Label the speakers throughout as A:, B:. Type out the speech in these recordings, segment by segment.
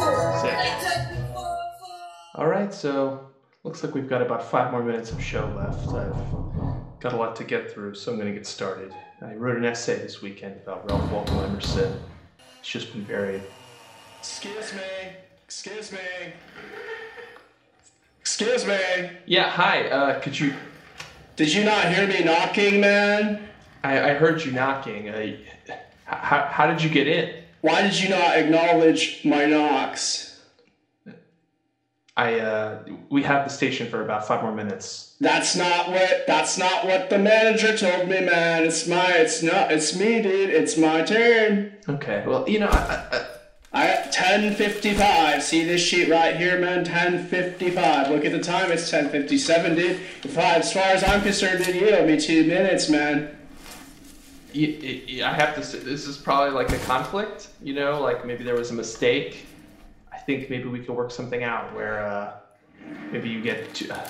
A: Six. All right, so looks like we've got about five more minutes of show left. I've got a lot to get through, so I'm going to get started. I wrote an essay this weekend about Ralph Waldo Emerson. It's just been buried.
B: Excuse me. Excuse me. Excuse me.
A: Yeah, hi. Uh, could you?
B: Did you not hear me knocking, man?
A: I, I heard you knocking. I, how, how did you get in?
B: Why did you not acknowledge my knocks?
A: I uh, we have the station for about five more minutes.
B: That's not what that's not what the manager told me, man. It's my it's not it's me, dude. It's my turn.
A: Okay. Well, you know, I, I,
B: I got 1055. See this sheet right here, man? 1055. Look at the time, it's 1057, dude. If I, as far as I'm concerned, dude, you owe me two minutes, man.
A: y- y- y- I have to say this is probably like a conflict. You know, like maybe there was a mistake. I think maybe we could work something out where uh, maybe you get to. uh,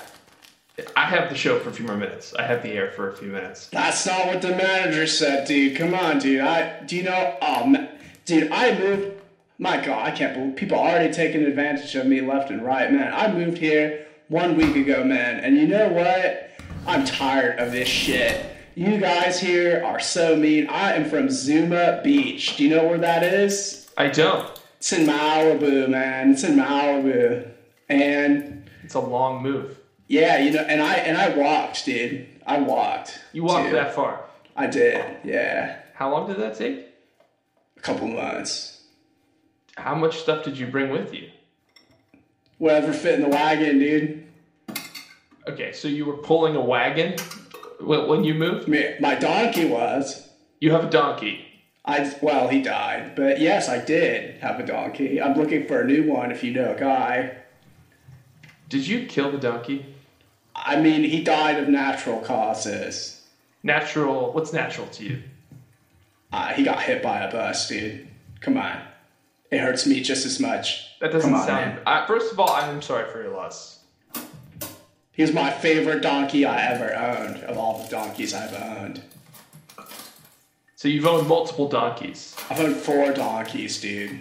A: I have the show for a few more minutes. I have the air for a few minutes.
B: That's not what the manager said, dude. Come on, dude. I do you know? Oh, ma- dude, I moved. My God, I can't believe people are already taking advantage of me left and right, man. I moved here one week ago, man, and you know what? I'm tired of this shit. You guys here are so mean. I am from Zuma Beach. Do you know where that is?
A: I don't.
B: It's in Malibu, man. It's in Malibu, and
A: It's a long move.
B: yeah, you know, and I and I walked, dude. I walked.
A: You walked
B: dude.
A: that far.
B: I did, yeah.
A: How long did that take?
B: A couple months.
A: How much stuff did you bring with you?
B: Whatever fit in the wagon, dude.
A: Okay, so you were pulling a wagon wh- when you moved.
B: Me- My donkey was.
A: You have a donkey.
B: I well, he died, but yes, I did have a donkey. I'm looking for a new one. If you know a guy,
A: Did you kill the donkey?
B: I mean, he died of natural causes.
A: Natural. What's natural to you?
B: Uh, he got hit by a bus, dude. Come on, it hurts me just as much.
A: That doesn't
B: Come on,
A: sound.
B: man.
A: I, first of all, I'm sorry for your loss.
B: He was my favorite donkey I ever owned of all the donkeys I've owned.
A: So you've owned multiple donkeys.
B: I've owned four donkeys, dude.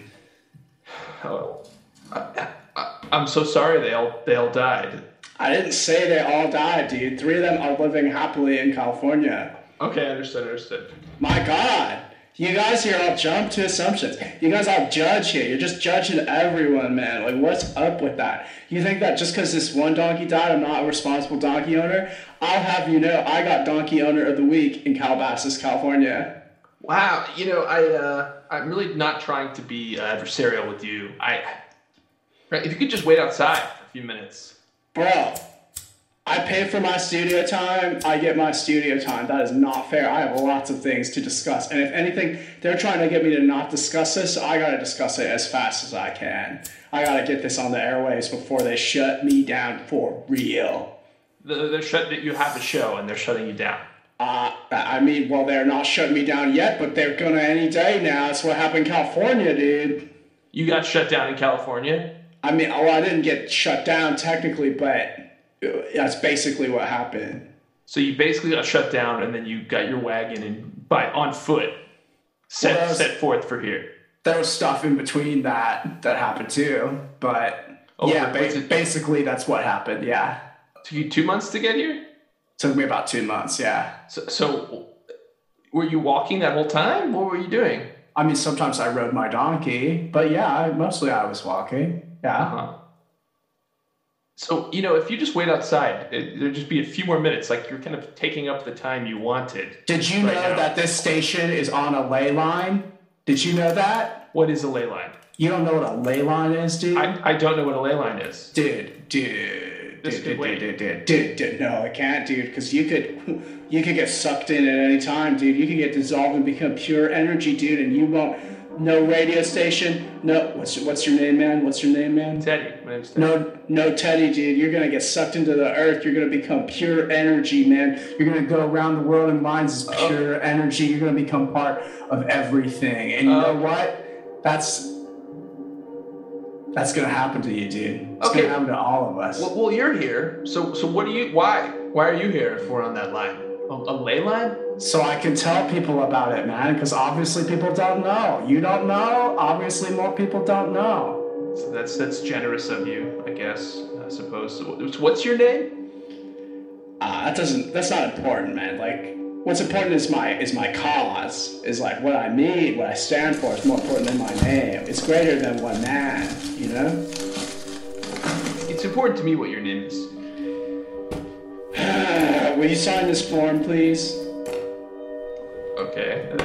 A: Oh, I, I, I'm so sorry. They all they all died.
B: I didn't say they all died, dude. Three of them are living happily in California.
A: Okay, understood. Understood.
B: My God. You guys here all jump to assumptions. You guys all judge here. You're just judging everyone, man. Like, what's up with that? You think that just because this one donkey died, I'm not a responsible donkey owner? I'll have you know, I got donkey owner of the week in Calabasas, California.
A: Wow, you know, I uh, I'm really not trying to be uh, adversarial with you. I, right, if you could just wait outside for a few minutes.
B: Bro, I pay for my studio time. I get my studio time. That is not fair. I have lots of things to discuss. And if anything, they're trying to get me to not discuss this. So I got to discuss it as fast as I can. I got to get this on the airways before they shut me down for real.
A: The, they're shut. You have a show, and they're shutting you down.
B: Uh, I mean, well, they're not shutting me down yet, but they're going to any day now. That's what happened in California, dude.
A: You got shut down in California.
B: I mean, well, I didn't get shut down technically, but uh, that's basically what happened.
A: So you basically got shut down, and then you got your wagon and by on foot set
B: Well, I was-
A: set forth for here.
B: there was stuff in between that that happened too. But
A: Oh,
B: yeah,
A: was
B: ba-
A: it-
B: basically that's what happened. Yeah,
A: Took you two months to get here.
B: took me about two months. Yeah,
A: So, so were you walking that whole time? What were you doing?
B: I mean sometimes I rode my donkey, but yeah, I, mostly I was walking. Yeah,
A: Uh-huh. So, you know, if you just wait outside, it, there'd just be a few more minutes. Like you're kind of taking up the time you wanted.
B: did you
A: Right
B: know
A: now.
B: that this station is on a ley line? Did you know that?
A: What is a ley line?
B: You don't know what a ley line is, dude.
A: I, I don't know what a ley line is.
B: dude, dude,
A: This
B: dude,
A: could
B: dude,
A: wait.
B: dude, dude, dude, dude, no, I can't, dude, because you could, you could get sucked in at any time, dude. You could get dissolved and become pure energy, dude, and you won't. No radio station. No, what's what's your name, man? What's your name, man?
A: Teddy, my name's Teddy.
B: No, no, Teddy, dude. You're gonna get sucked into the earth. You're gonna become pure energy, man. You're gonna go around the world in minds as
A: Oh.
B: pure energy. You're gonna become part of everything. And you
A: Oh.
B: know what? That's that's gonna happen to you, dude. It's
A: Okay.
B: gonna happen to all of us.
A: Well, well, you're here. So, so what do you? Why? Why are you here if we're on that line? A, a ley line?
B: so I can tell people about it, man, because obviously people don't know. You don't know. Obviously, more people don't know.
A: So that's that's generous of you, I guess. I suppose. So what- what's your name?
B: Ah, that doesn't. That's not important, man. Like, what's important is my is my cause. Is like what I mean, what I stand for. is more important than my name. It's greater than one man. You know.
A: It's important to me what your name is.
B: Will you sign this form, please?
A: Okay. uh,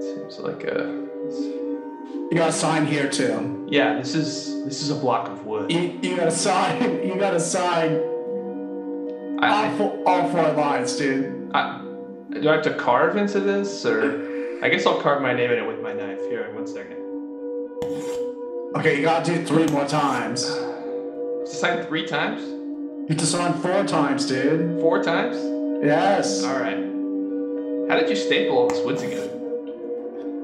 A: seems like a.
B: You gotta sign here too.
A: Yeah, this is this is a block of wood.
B: You, you gotta sign. You gotta sign all
A: I,
B: four, all four lines, dude.
A: I, do I have to carve into this, or I guess I'll carve my name in it with my knife. Here, one second.
B: Okay, you gotta do it three more times.
A: Sign three times,
B: You have to sign four times, dude.
A: four times.
B: Yes.
A: All right. How did you staple all this wood together?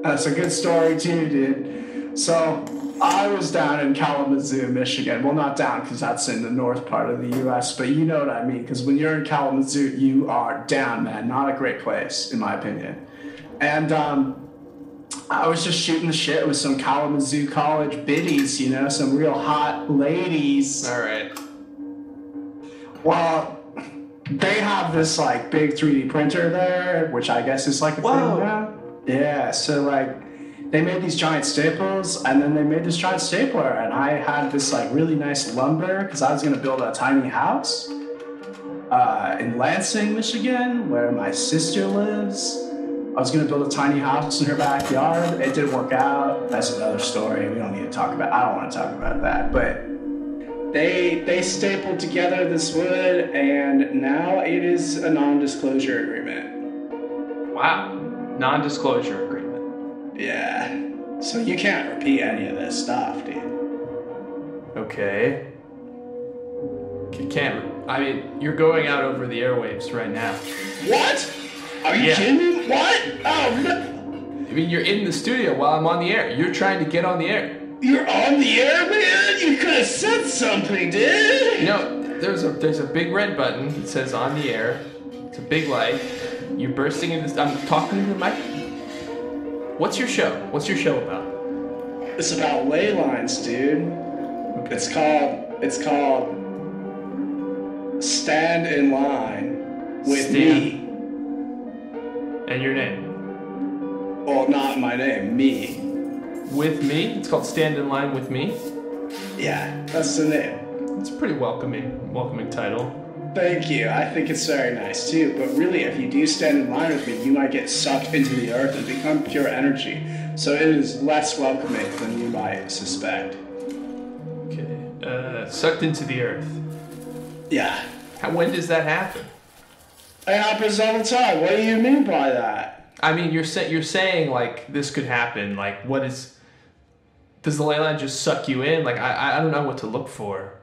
B: That's a good story too, dude. So I was down in Kalamazoo, Michigan. Well, not down because that's in the north part of the U.S., but you know what I mean. Because when you're in Kalamazoo, you are down, man. Not a great place, in my opinion. And um, I was just shooting the shit with some Kalamazoo College biddies, you know, some real hot ladies.
A: All right.
B: Well, they have this like big 3D printer there, which I guess is like a
A: Wow.
B: thing now. Yeah, so like they made these giant staples and then they made this giant stapler and I had this like really nice lumber because I was gonna build a tiny house uh, in Lansing, Michigan, where my sister lives. I was gonna build a tiny house in her backyard. It didn't work out. That's another story. We don't need to talk about. I don't want to talk about that. But they they stapled together this wood, and now it is a non-disclosure agreement.
A: Wow. Non-disclosure agreement.
B: Yeah. So you can't repeat any of this stuff, dude.
A: Okay. C- Can't. I mean, you're going out over the airwaves right now.
B: What? Are you
A: Yeah.
B: kidding? What? Oh no!
A: I mean, you're in the studio while I'm on the air. You're trying to get on the air.
B: You're on the air, man. You could have said something, dude.
A: You know, there's a there's a big red button that says on the air. It's a big light. You're bursting into. I'm talking to the mic. What's your show? What's your show about?
B: It's about ley lines, dude. It's called it's called Stand in Line with
A: Stand. And your name?
B: Me. Well, not my name, me.
A: With me. It's called Stand in Line with Me.
B: Yeah, that's the name.
A: It's a pretty welcoming welcoming title.
B: Thank you. I think it's very nice too. But really, if you do stand in line with me, you might get sucked into the earth and become pure energy. So it is less welcoming than you might suspect.
A: Okay. Uh, sucked into the earth.
B: Yeah.
A: How, when does that happen?
B: It happens all the time. What do you mean by that?
A: I mean, you're sa- you're saying like this could happen. Like, what is? Does the ley line just suck you in? Like, I I- I don't know what to look for.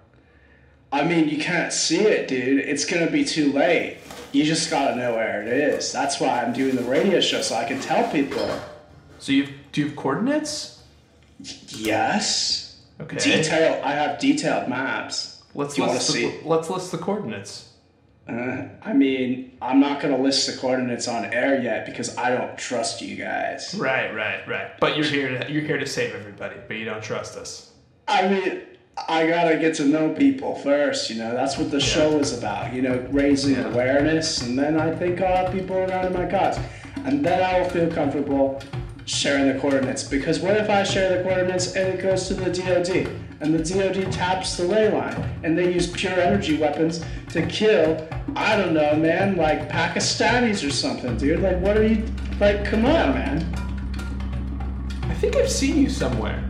B: I mean, you can't see it, dude. It's gonna be too late. You just gotta know where it is. That's why I'm doing the radio show so I can tell people.
A: So you do you have coordinates?
B: Yes.
A: Okay.
B: Detail. I have detailed maps.
A: Let's
B: Do you
A: list
B: wanna
A: the, let's list the coordinates.
B: Uh, I mean, I'm not gonna list the coordinates on air yet because I don't trust you guys.
A: Right, right, right. But you're here to, you're here to save everybody, but you don't trust us.
B: I mean, I gotta get to know people first. You know, that's what the show is about. You know, raising
A: Yeah.
B: awareness, and then I think I'll have people around my cause, and then I will feel comfortable sharing the coordinates. Because what if I share the coordinates and it goes to the DoD, and the DoD taps the ley line, and they use pure energy weapons to kill? I don't know, man, like Pakistanis or something, dude. Like, what are you? Like, come on, man.
A: I think I've seen you somewhere.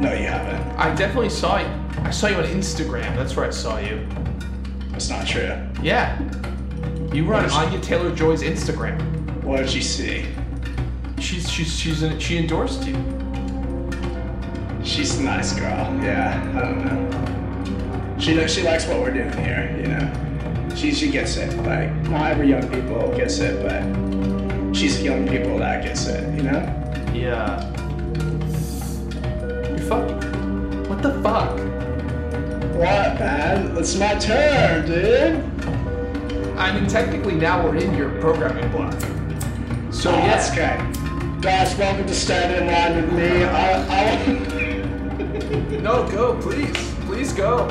B: No, you haven't.
A: I definitely saw you. I saw you on Instagram. That's where I saw you.
B: That's not true.
A: Yeah. You were on
B: Yes.
A: Anya Taylor Joy's Instagram.
B: What did you see?
A: She's she's she's an, she endorsed you.
B: She's a nice girl. Yeah, I don't know. She knows she likes what we're doing here, you know. She she gets it. Like not every young people gets it, but she's young people that gets it, you know.
A: Yeah. You fuck. What the fuck?
B: What man? It's my turn, dude.
A: I mean, technically now we're in your programming block. So
B: Oh,
A: yes,
B: that's okay. Guys, welcome to Stand in Line with Me. I,
A: No, go, please. Please go.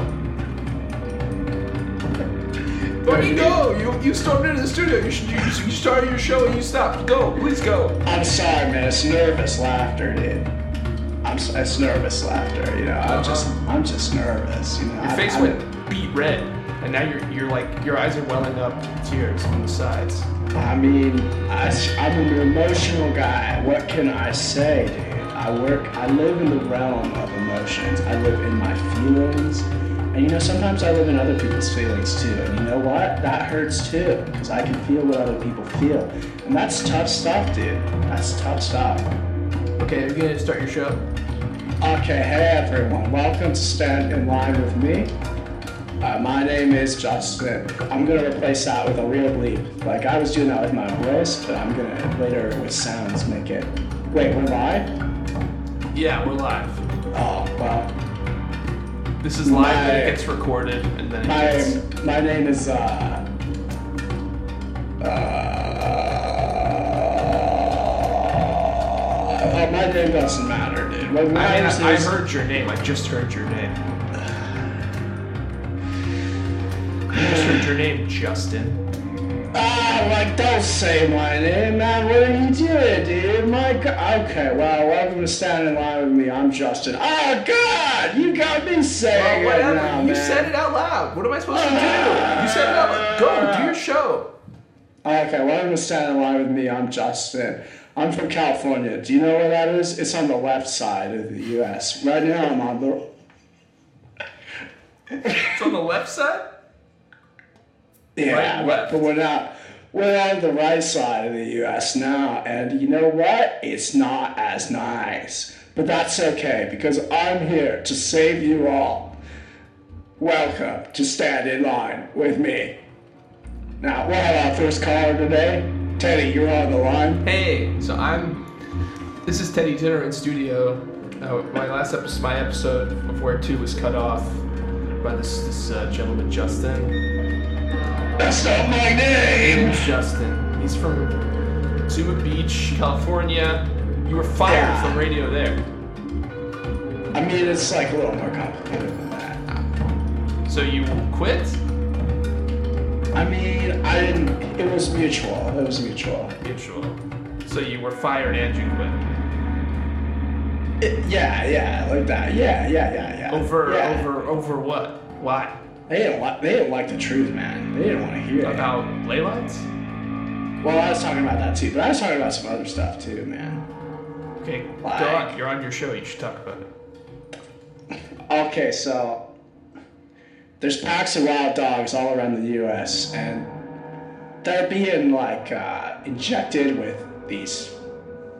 A: Fucking go! You, you stormed into the studio. You, should, you, you started your show and you stopped. Go, please go.
B: I'm sorry, man. It's nervous laughter, dude. I'm s- it's nervous laughter. You know, I'm just I'm just nervous. You know,
C: Uh-huh. Your
B: I-
C: face
B: I-
C: went beat red, and now you're you're like your eyes are welling up to tears on the sides.
B: I mean, I, am an emotional guy. What can I say, dude? I work, I live in the realm of emotions. I live in my feelings. And you know, sometimes I live in other people's feelings too. And you know what? That hurts too, because I can feel what other people feel. And that's tough stuff, dude. That's tough stuff.
A: Okay, you're gonna start your show.
B: Okay, hey everyone, welcome to Stand in Line with Me. Uh, my name is Josh Smith. I'm gonna replace that with a real bleep. Like I was doing that with my voice, but I'm gonna later with sounds make it. Wait, we're live?
C: Yeah, we're live.
B: Oh well.
C: This is live, and
B: My-
C: it gets recorded, and then it gets.
B: My my name is uh. Uh, oh, my name doesn't matter, dude. What
C: I
B: matters
C: mean, I, I
B: is-
C: heard your name. I just heard your name. I just heard your name, Justin.
B: Ah, like, don't say my name, man. What are you doing, dude? My God. Okay, well, welcome to Stand in Line with Me. I'm Justin. Oh, God! You got me saying
A: Oh, whatever.
B: it now,
A: you
B: man.
A: said it out loud. What am I supposed to do? You said it out loud. Go, do your show.
B: Ah, Okay, welcome to Stand in Line with Me. I'm Justin. I'm from California. Do you know where that is? It's on the left side of the U.S. Right now, I'm on the...
A: It's on the left side?
B: Yeah,
A: Right,
B: but-
A: left.
B: but we're not. We're on the right side of the U.S. now, and you know what? It's not as nice, but that's okay because I'm here to save you all. Welcome to stand in line with me. Now, we have our first caller today. Teddy, you're on the line.
A: Hey, so I'm. This is Teddy Dinner in studio. Uh, my last episode, my episode of Where Two was cut off by this this uh, gentleman Justin.
B: That's not my name.
A: Justin. He's from Zuma Beach, California. You were fired
B: Yeah.
A: from radio there.
B: I mean, it's like a little more complicated than that.
A: So you quit?
B: I mean, I didn't. It was mutual. It was mutual.
A: Mutual. So you were fired and you quit.
B: It- yeah, yeah, like that. Yeah, yeah, yeah, yeah.
A: Over
B: yeah.
A: over over what? Why?
B: They didn't like. They didn't like the truth, man. They didn't want to hear it.
A: About ley lines?
B: Well, I was talking about that too, but I was talking about some other stuff too, man.
A: Okay, go
B: Like-
A: on. You're on your show. You should talk about it.
B: Okay, so there's packs of wild dogs all around the U.S. and they're being like uh, injected with these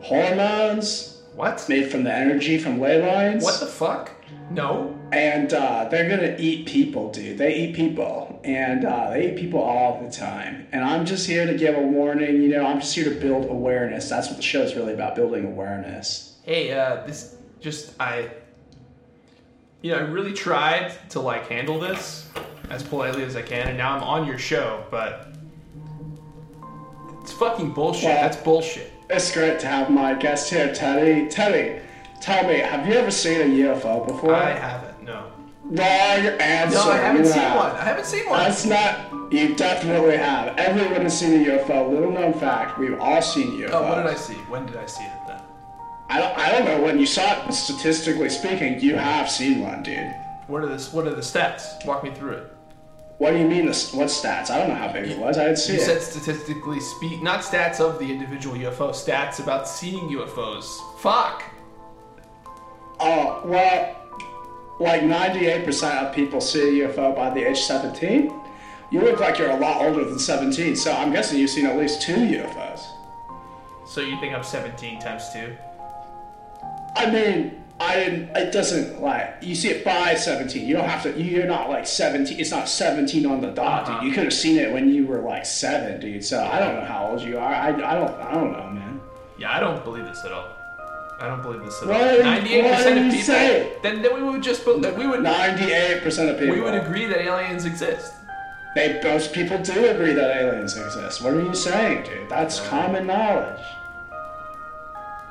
B: hormones
A: What?
B: made from the energy from ley lines.
A: What the fuck? No.
B: and uh, they're gonna eat people, dude. They eat people, and uh, they eat people all the time. And I'm just here to give a warning. You know, I'm just here to build awareness. That's what the show's really about: building awareness.
A: Hey, uh, this just I. You know, I really tried to like handle this as politely as I can, and now I'm on your show, but it's fucking bullshit.
B: Yeah.
A: That's bullshit.
B: It's great to have my guest here, Teddy. Teddy, tell me, have you ever seen a UFO before?
A: I haven't. No.
B: Wrong answer.
A: No, I haven't
B: You
A: seen
B: have.
A: one. I haven't seen one.
B: That's not. You definitely have. Everyone has seen a UFO. Little known fact: we've all seen UFOs.
A: Oh, what did I see? When did I see it then?
B: I don't, I don't know when you saw it, but statistically speaking, you have seen one, dude.
A: What are this? What are the stats? Walk me through it.
B: What do you mean? The, st- what stats? I don't know how big it was. I didn't see
A: You
B: it.
A: said statistically speak, not stats of the individual UFO, stats about seeing UFOs. Fuck.
B: oh well, like ninety-eight percent of people see a UFO by the age seventeen. You look like you're a lot older than seventeen, so I'm guessing you've seen at least two UFOs.
A: So you think I'm 17 times two?
B: I mean, I didn't. It doesn't like you see it by seventeen. You don't have to. You're not like seventeen. It's not seventeen on the dot,
A: Uh-huh.
B: dude. You could have seen it when you were like seven, dude. So I don't know how old you are. I, I don't. I don't know, man.
A: Yeah, I don't believe this at all. I don't believe this at
B: Why
A: all.
B: did-
A: Ninety-eight
B: why
A: percent
B: did
A: of
B: you
A: people.
B: say it?
A: Then, then we would just be- then we would
B: Ninety-eight percent of people.
A: we would agree that aliens exist.
B: They most people do agree that aliens exist. What are you saying, dude? That's common knowledge.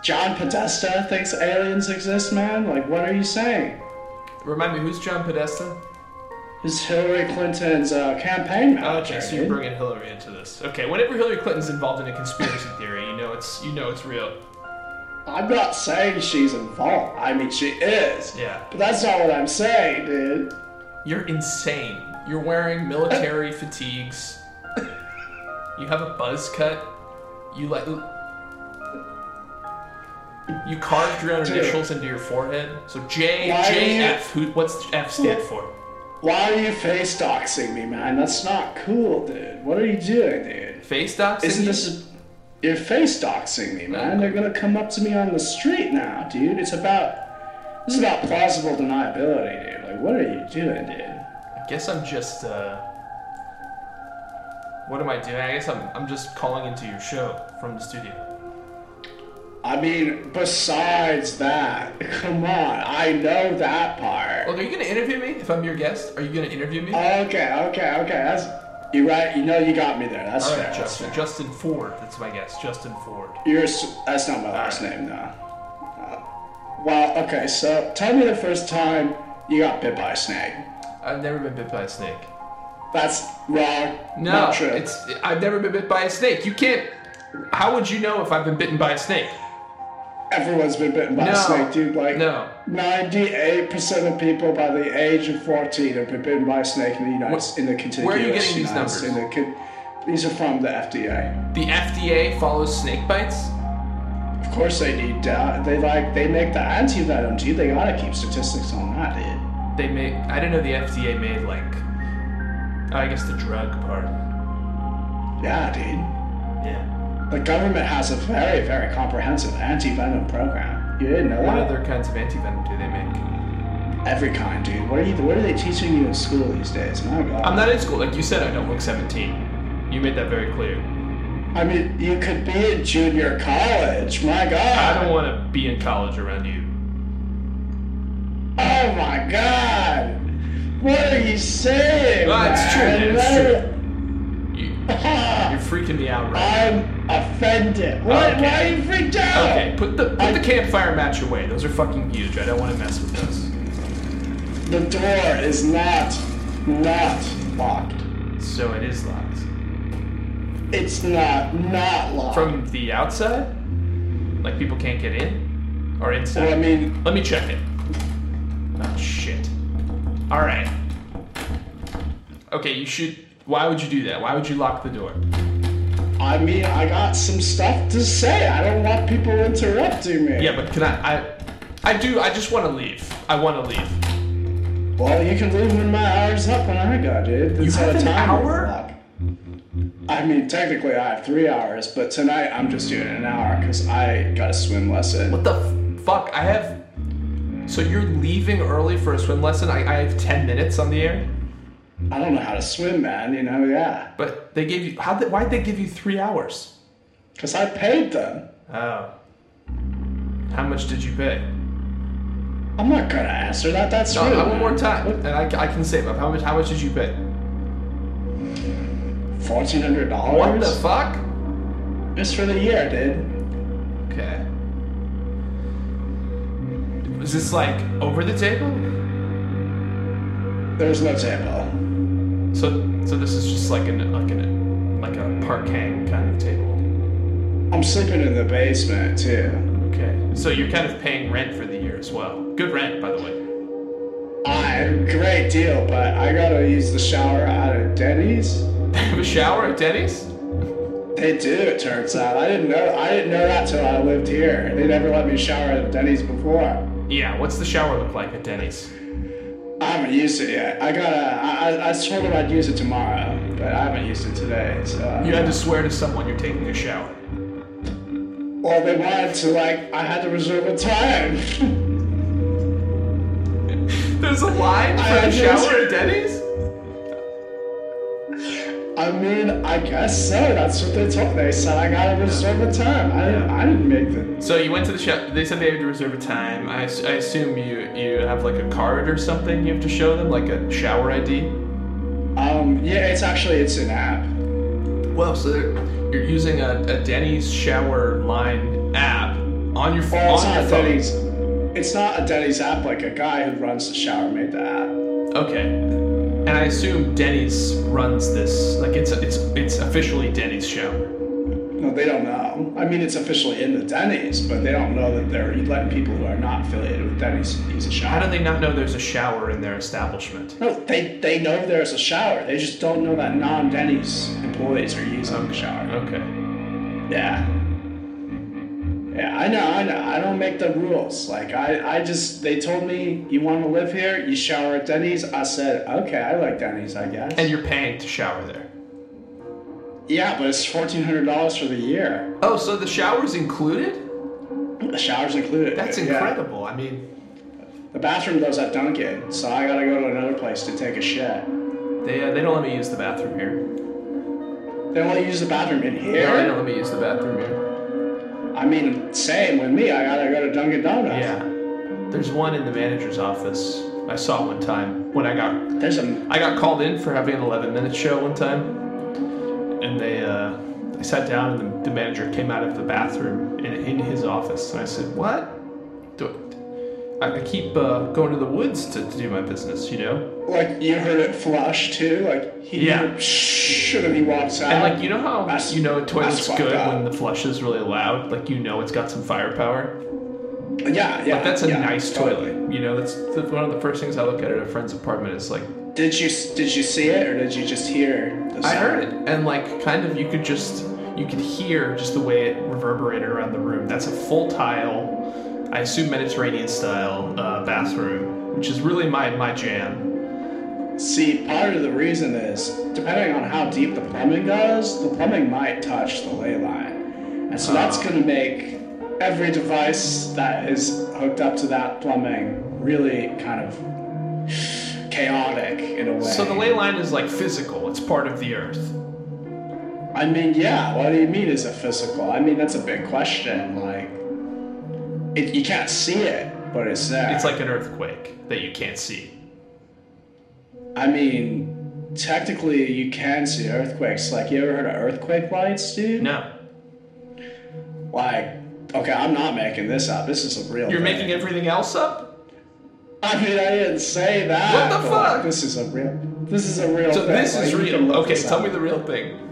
B: John Podesta thinks aliens exist, man. Like, what are you saying?
A: Remind me, who's John Podesta?
B: It's Hillary Clinton's uh, campaign manager.
A: Oh, Okay, so you're bringing Hillary into this. Okay, whenever Hillary Clinton's involved in a conspiracy theory, you know it's you know it's real.
B: I'm not saying she's involved. I mean, she is.
A: Yeah.
B: But that's not what I'm saying, dude.
A: You're insane. You're wearing military fatigues. You have a buzz cut. You like you carved your own
B: Dude.
A: initials into your forehead. So J
B: Why do
A: J
B: you-
A: F. Who, what's F stand for?
B: Why are you face doxing me, man? That's not cool, dude. What are you doing, dude?
A: Face doxing.
B: Isn't
A: you?
B: this. You're face doxing me, man. They're gonna come up to me on the street now, dude. It's about. This is about plausible deniability, dude. Like, what are you doing, dude?
A: I guess I'm just uh. What am I doing? I guess I'm I'm just calling into your show from the studio.
B: I mean, besides that, come on. I know that part.
A: Look, are you gonna interview me if I'm your guest? Are you gonna interview me?
B: Okay, okay, okay. That's you right. You know, you got me there. That's
A: All
B: fair.
A: right,
B: that's
A: Justin,
B: fair.
A: Justin Ford. That's my guess. Justin Ford.
B: You're s- that's not my last name, though. Uh, well, okay. So tell me the first time you got bit by a snake.
A: I've never been bit by a snake.
B: That's wrong.
A: No,
B: not true.
A: it's I've never been bit by a snake. You can't. How would you know if I've been bitten by a snake?
B: everyone's been bitten by
A: No,
B: a snake, dude. Like
A: no.
B: ninety-eight percent of people by the age of fourteen have been bitten by a snake in the United
A: Wh-
B: in the contiguous
A: where are you getting these
B: United- in the con- these are from the FDA.
A: The FDA follows snake bites.
B: Of course, they need data. They like they make the anti-venom, dude. They gotta keep statistics on that, dude.
A: They make. I didn't know the FDA made like. I guess the drug part.
B: Yeah, dude.
A: Yeah.
B: The government has a very, very comprehensive anti-venom program. You didn't know
A: What
B: that?
A: other kinds of antivenom do they make?
B: Every kind, dude. What are you? What are they teaching you in school these days? My God.
A: I'm not in school. Like you said, I don't look 17. You made that very clear.
B: I mean, you could be in junior college. My God.
A: I don't want to be in college around you.
B: Oh my God. What are you saying?
A: No, it's true,
B: man?
A: dude, it's
B: What-
A: You, you're freaking me out. Right.
B: I'm offended. What?
A: Okay.
B: Why are you freaked out?
A: Okay, put the put the campfire match away. Those are fucking huge. I don't want to mess with those.
B: The door is not, not locked.
A: So it is locked.
B: It's not, not locked.
A: From the outside? Like people can't get in? Or inside?
B: well, I mean,
A: Let me check it. Oh shit. Alright. Okay, you should why would you do that? Why would you lock the door?
B: I mean, I got some stuff to say. I don't want people interrupting me.
A: Yeah, but can I I I do I just wanna leave. I wanna leave.
B: Well, you can leave when my hour's up when I go, dude. That's
A: have
B: how the
A: an
B: time
A: hour?
B: clock. I mean, technically, I have three hours, but tonight I'm just doing an hour because I got a swim lesson.
A: What the f- fuck? I have So you're leaving early for a swim lesson? I, I have ten minutes on the air?
B: I don't know how to swim, man. You know, yeah,
A: But they gave you how would why'd they give you three hours?
B: because I paid them.
A: Oh. How much did you pay?
B: I'm not gonna answer that. That's
A: No,
B: rude,
A: I- one
B: man.
A: more time, and I, I can save up. How much? How much did you pay?
B: Fourteen hundred
A: What the
B: dollars.
A: fuck?
B: Just for the year, dude.
A: Okay. Was this like over the table?
B: There's no table.
A: So, so this is just like an like an like a parquet kind of table.
B: I'm sleeping in the basement too.
A: Okay. So you're kind of paying rent for the year as well. Good rent, by the way.
B: I great deal, but I gotta use the shower out of Denny's.
A: They have a shower at Denny's.
B: They do, it turns out. I didn't know I didn't know that till I lived here. They never let me shower at Denny's before.
A: Yeah. What's the shower look like at Denny's?
B: I haven't used it yet. I gotta I, I, I told them I'd use it tomorrow, but I haven't used it today, so
A: You had to swear to someone you're taking a shower.
B: Well they wanted to like I had to reserve a time.
A: There's a line for
B: I
A: the
B: just-
A: shower at Denny's.
B: I mean, I guess so. That's what they told me. They said I gotta reserve a time. I didn't I didn't make the
A: So you went to the show. They said they had to reserve a time. I, s- I assume you you have like a card or something you have to show them, like a shower ID.
B: um yeah, it's actually it's an app.
A: Well, so they're- you're using a, a Denny's shower line app on your, ph-
B: Well, it's
A: on your
B: not
A: phone.
B: Denny's. It's not a Denny's app like a guy who runs the shower made the app.
A: Okay. And I assume Denny's runs this. Like it's it's it's officially Denny's show.
B: No, they don't know. I mean, it's officially in the Denny's, but they don't know that they're letting people who are not affiliated with Denny's use a
A: How do
B: shower.
A: they not know there's a shower in their establishment?
B: No, they, they know there's a shower. They just don't know that non Denny's employees are using the shower.
A: Okay.
B: Yeah. Yeah, I know, I know. I don't make the rules. Like, I, I just, they told me, you want to live here? You shower at Denny's? I said, okay, I like Denny's, I guess.
A: And you're paying to shower there.
B: yeah, but it's $1,400 for the year.
A: Oh, so the shower's included?
B: The shower's included.
A: That's
B: Yeah.
A: incredible. I mean,
B: The bathroom goes at Dunkin', so I gotta go to another place to take a shit.
A: they uh, they don't let me use the bathroom here.
B: They won't use the bathroom in
A: They
B: here.
A: don't let me use the bathroom here.
B: I mean, same with me. I gotta go to Dunkin' Donuts.
A: Yeah. There's one in the manager's office. I saw one time when I got
B: There's a.
A: I got called in for having an 11 minute show one time, and they uh, I sat down and the, the manager came out of the bathroom in, in his office, and I said, "What? Do I, I keep uh, going to the woods to, to do my business, you know?"
B: Like, you heard it flush too. Like, he.
A: Yeah.
B: Should have he walks out.
A: And like you know how
B: That's-
A: you know a toilet's
B: that's fucked
A: good
B: up.
A: when the flush is really loud, like you know it's got some firepower.
B: Yeah, yeah.
A: Like that's a
B: yeah,
A: nice
B: totally.
A: toilet, you know. That's the, one of the first things I look at at a friend's apartment. Is like
B: Did you did you see it or did you just hear? The
A: I heard it, and like kind of you could just you could hear just the way it reverberated around the room. That's a full tile, I assume Mediterranean style uh, bathroom, which is really my my jam.
B: See, part of the reason is depending on how deep the plumbing goes, the plumbing might touch the ley line, and so
A: Ah.
B: that's going to make every device that is hooked up to that plumbing really kind of chaotic in a way.
A: So the ley line is like physical; it's part of the earth.
B: I mean, yeah. What do you mean? Is it physical? I mean, that's a big question. Like, it, you can't see it, but it's there.
A: It's like an earthquake that you can't see.
B: I mean, technically, you can see earthquakes. Like, you ever heard of earthquake lights, dude?
A: No,
B: Like, okay, I'm not making this up. This is a real.
A: you're
B: thing.
A: making everything else up.
B: I mean, I didn't say that.
A: What the
B: but, like,
A: fuck?
B: This is a real. This is a real.
A: So
B: thing.
A: this is
B: Like, you can
A: real.
B: look
A: Okay,
B: this
A: tell
B: up.
A: me the real thing.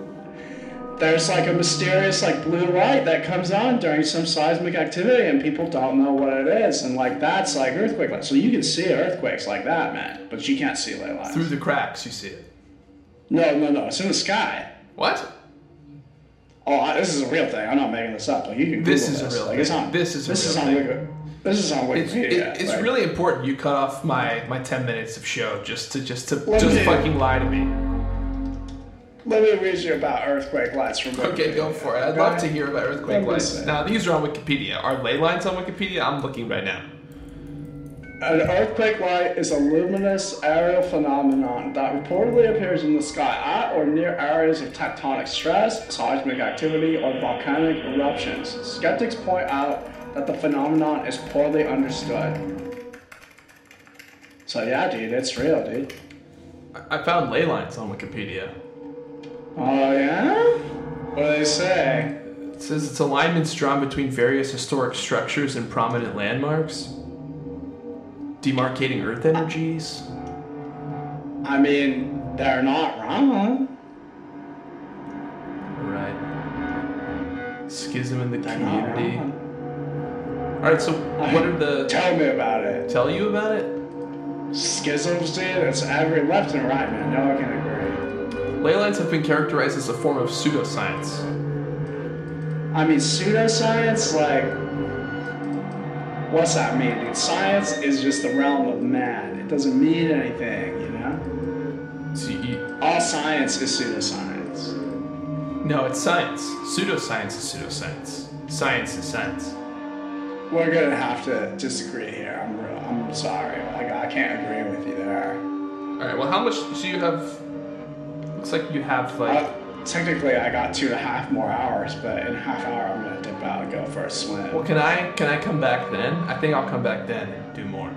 B: There's like a mysterious like blue light that comes on during some seismic activity, and people don't know what it is, and like that's like earthquake lights. So you can see earthquakes like that, man, but you can't see ley lines.
A: Through the cracks, you see it.
B: no, no, no. It's in the sky.
A: What?
B: Oh, I, this is a real thing. I'm not making this up. Like you can.
A: This
B: Google
A: is a
B: this.
A: real
B: like, It's
A: thing.
B: on,
A: This is a
B: this is
A: real
B: on
A: thing.
B: Wiki- This is on
A: It's,
B: Wikipedia.
A: it, it's
B: like-
A: really important you cut off my, my 10 minutes of show just to just to
B: Let
A: just
B: me-
A: fucking lie to me.
B: Let me read you about earthquake lights from.
A: Okay,
B: Wikipedia,
A: go for it. I'd love to
B: okay?
A: hear about earthquake
B: Okay,
A: lights.
B: so-
A: Now, these are on Wikipedia. Are ley lines on Wikipedia? I'm looking right now.
B: An earthquake light is a luminous aerial phenomenon that reportedly appears in the sky at or near areas of tectonic stress, seismic activity, or volcanic eruptions. Skeptics point out that the phenomenon is poorly understood. So yeah, dude, it's real, dude.
A: I- I found ley lines on Wikipedia.
B: Oh yeah? What do they say?
A: It says it's alignments drawn between various historic structures and prominent landmarks, demarcating earth energies.
B: I mean, they're not wrong.
A: All right. Schism in the
B: They're not
A: community.
B: wrong.
A: All right, so what are the.
B: Tell me about it.
A: Tell you about it?
B: Schisms, dude. It's every left and right, man. No one can agree.
A: Ley lines have been characterized as a form of pseudoscience.
B: I mean, pseudoscience, like, what's that mean? Dude? Science is just the realm of man. It doesn't mean anything, you know?
A: So you-
B: All science is pseudoscience.
A: no, it's science. Pseudoscience is pseudoscience. Science is science.
B: We're gonna have to disagree here. I'm, real, I'm sorry. Like, I can't agree with you there.
A: All right. Well, how much do you have? Looks like you have like.
B: Uh, technically, I got two and a half more hours, but in a half hour, I'm gonna dip out and go for a
A: well,
B: swim.
A: can I can I come back then? I think I'll come back then and do more.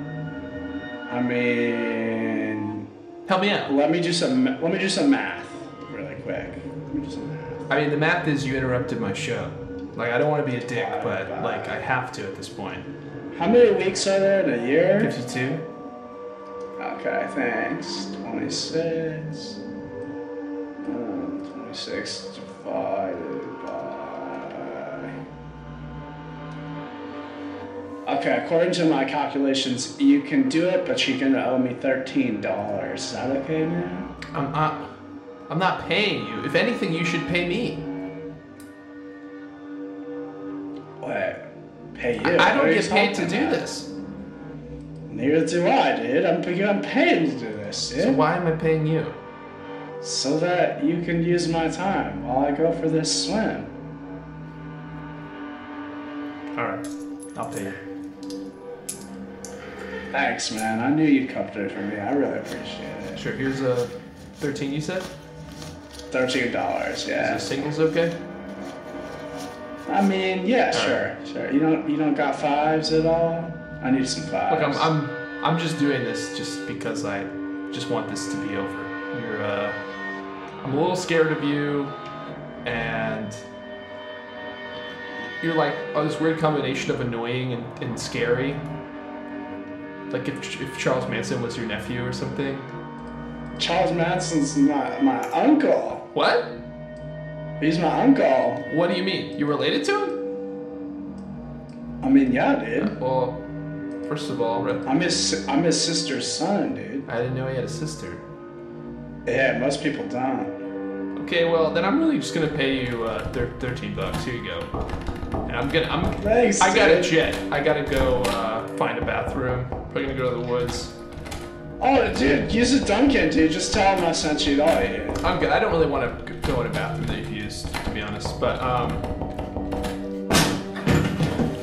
B: I mean,
A: Help me out.
B: let me do some. Let me do some math really quick. Let me do some math.
A: I mean, the math is you interrupted my show. Like, I don't want to be a dick, but like I have to at this point.
B: How many weeks are there in a year?
A: 52.
B: Okay, thanks. 26. Um, 26 divided by. Okay, according to my calculations, you can do it, but you're gonna owe me $13. Is that okay, man?
A: I'm not. I'm not paying you. If anything, you should pay me.
B: Wait, pay you?
A: I
B: What
A: don't
B: are you
A: get paid to
B: talking
A: do
B: about?
A: this.
B: Neither do I, dude. I'm, I'm paying to do this, dude.
A: So why am I paying you?
B: so that you can use my time while I go for this swim.
A: All right, I'll pay you.
B: Thanks, man. I knew you'd come through for me. I really appreciate it.
A: Sure. Here's a 13. You said.
B: Thirteen dollars,
A: Is
B: yeah.
A: the singles okay?
B: I mean, yeah, sure, sure. You don't, you don't got fives at all. I need some
A: Look,
B: fives.
A: I'm, I'm, I'm just doing this just because I just want this to be over. You're, uh, I'm a little scared of you, and you're like oh, this weird combination of annoying and, and scary. Like if, if Charles Manson was your nephew or something.
B: Charles Manson's my my uncle.
A: What?
B: He's my uncle.
A: What do you mean? You related to him?
B: I mean, yeah, dude.
A: Well, first of all, re-
B: I'm his si- I'm his sister's son, dude.
A: I didn't know he had a sister.
B: Yeah, most people don't.
A: Okay, well then I'm really just gonna pay you uh, thir- thirteen bucks. Here you go. And I'm gonna I'm
B: Thanks.
A: I got a
B: dude.
A: jet. I gotta go uh, find a bathroom. Probably gonna go to the woods.
B: Oh, dude, use a Duncan, dude. Just tell him I sent you all here.
A: I'm good. I don't really want to go in a bathroom that you've used, to be honest. But um,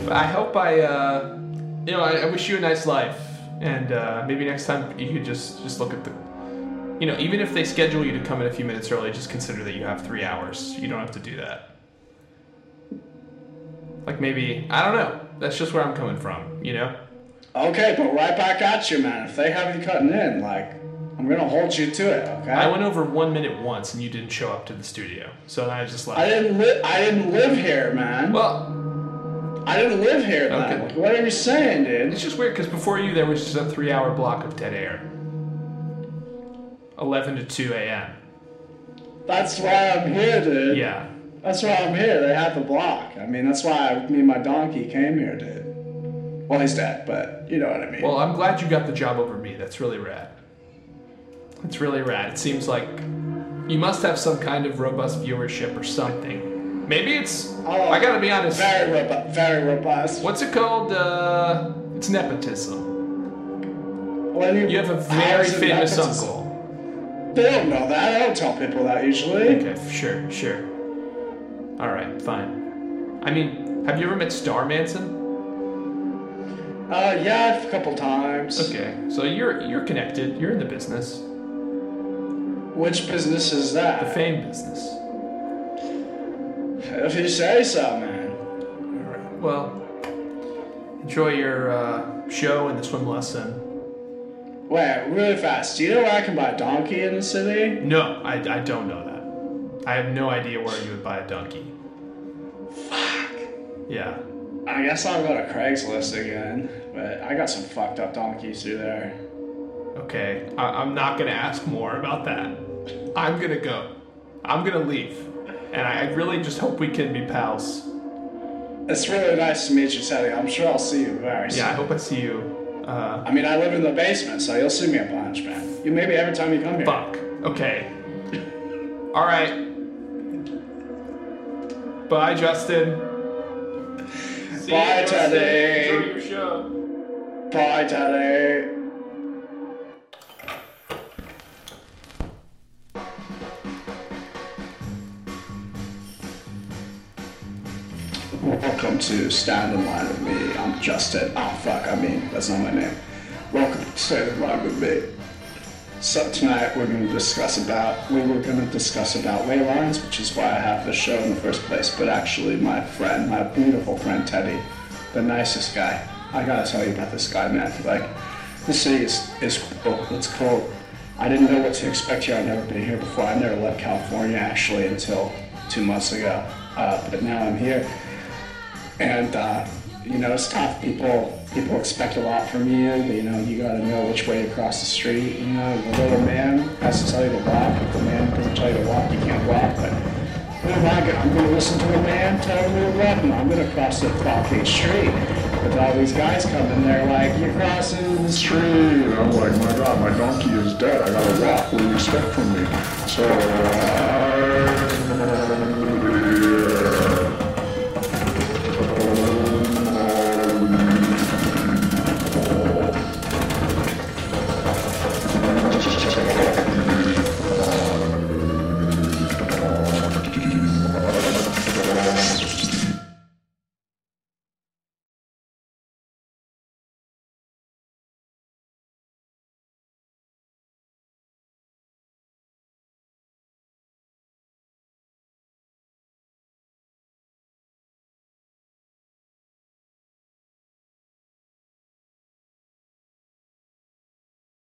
A: but I hope I uh, you know, I, I wish you a nice life, and uh, maybe next time you could just just look at the. You know, even if they schedule you to come in a few minutes early, just consider that you have three hours. You don't have to do that. Like maybe I don't know. That's just where I'm coming from. You know.
B: Okay, but right back at you, man. If they have you cutting in, like, I'm gonna hold you to it. Okay.
A: I went over one minute once and you didn't show up to the studio. So I was just
B: I
A: like,
B: didn't live. I didn't live here, man.
A: well,
B: I didn't live here, man.
A: Okay.
B: What are you saying,
A: it's
B: dude?
A: just weird because before you there was just a three hour block of dead air. 11 to 2 a.m.
B: That's why I'm here, dude.
A: Yeah.
B: That's why I'm here. They had the block. I mean, that's why I, me and my donkey came here, dude. Well, he's dead, but you know what I mean.
A: Well, I'm glad you got the job over me. That's really rad. It's really rad. It seems like you must have some kind of robust viewership or something. Maybe it's.
B: Oh,
A: I gotta be honest.
B: very robust. Very robust.
A: What's it called? Uh, it's nepotism.
B: What do
A: You have a
B: how
A: very
B: is it
A: famous
B: nepotism?
A: uncle.
B: They don't know that. I don't tell people that usually.
A: Okay, sure, sure. All right, fine. I mean, have you ever met Star Manson?
B: Uh, yeah, a couple times.
A: Okay, so you're you're connected. You're in the business,
B: Which business is
A: the
B: that?
A: fame business.
B: if you say so, man.
A: All right. Well, enjoy your uh, show and the swim lesson.
B: Wait, really fast. Do you know where I can buy a donkey in the city?
A: No, I, I don't know that. I have no idea where you would buy a donkey. Fuck. Yeah.
B: I guess I'll go to Craigslist again, but I got some fucked up donkeys through there.
A: Okay. I, I'm not gonna ask more about that. I'm gonna go. I'm gonna leave, and I, I really just hope we can be pals.
B: It's really nice to meet you, Teddy. I'm sure I'll see you very soon.
A: Yeah, I hope I see you. Uh,
B: I mean, I live in the basement, so you'll see me a bunch, man. You maybe every time you come here.
A: fuck. Okay. All right. Bye, Justin. See
B: Bye, Teddy.
A: Enjoy your show.
B: Bye, Teddy. Welcome to Stand in Line with Me. I'm Justin. Oh, fuck, I mean, that's not my name. Welcome to Stand in Line with Me. So tonight we're going to discuss about we were going to discuss about ley lines, which is why I have this show in the first place. But actually, my friend, my beautiful friend Teddy, the nicest guy. I gotta tell you about this guy, man. Like, this city is is cool. It's cool. I didn't know what to expect here. I've never been here before. I never left California actually until two months ago. Uh, but now I'm here, and uh, You know, it's tough. People people expect a lot from you. You know, you got to know which way to cross the street. You know, the little man has to tell you to walk. If the man doesn't tell you to walk, you can't walk. But you know, I got- I'm going to listen to a man tell me to walk, and I'm going to cross the fucking street. With all these guys coming, they're like, you're crossing the street.
D: tree. I'm like, my God, my donkey is dead. I gotta walk. What do you expect from me? So. uh,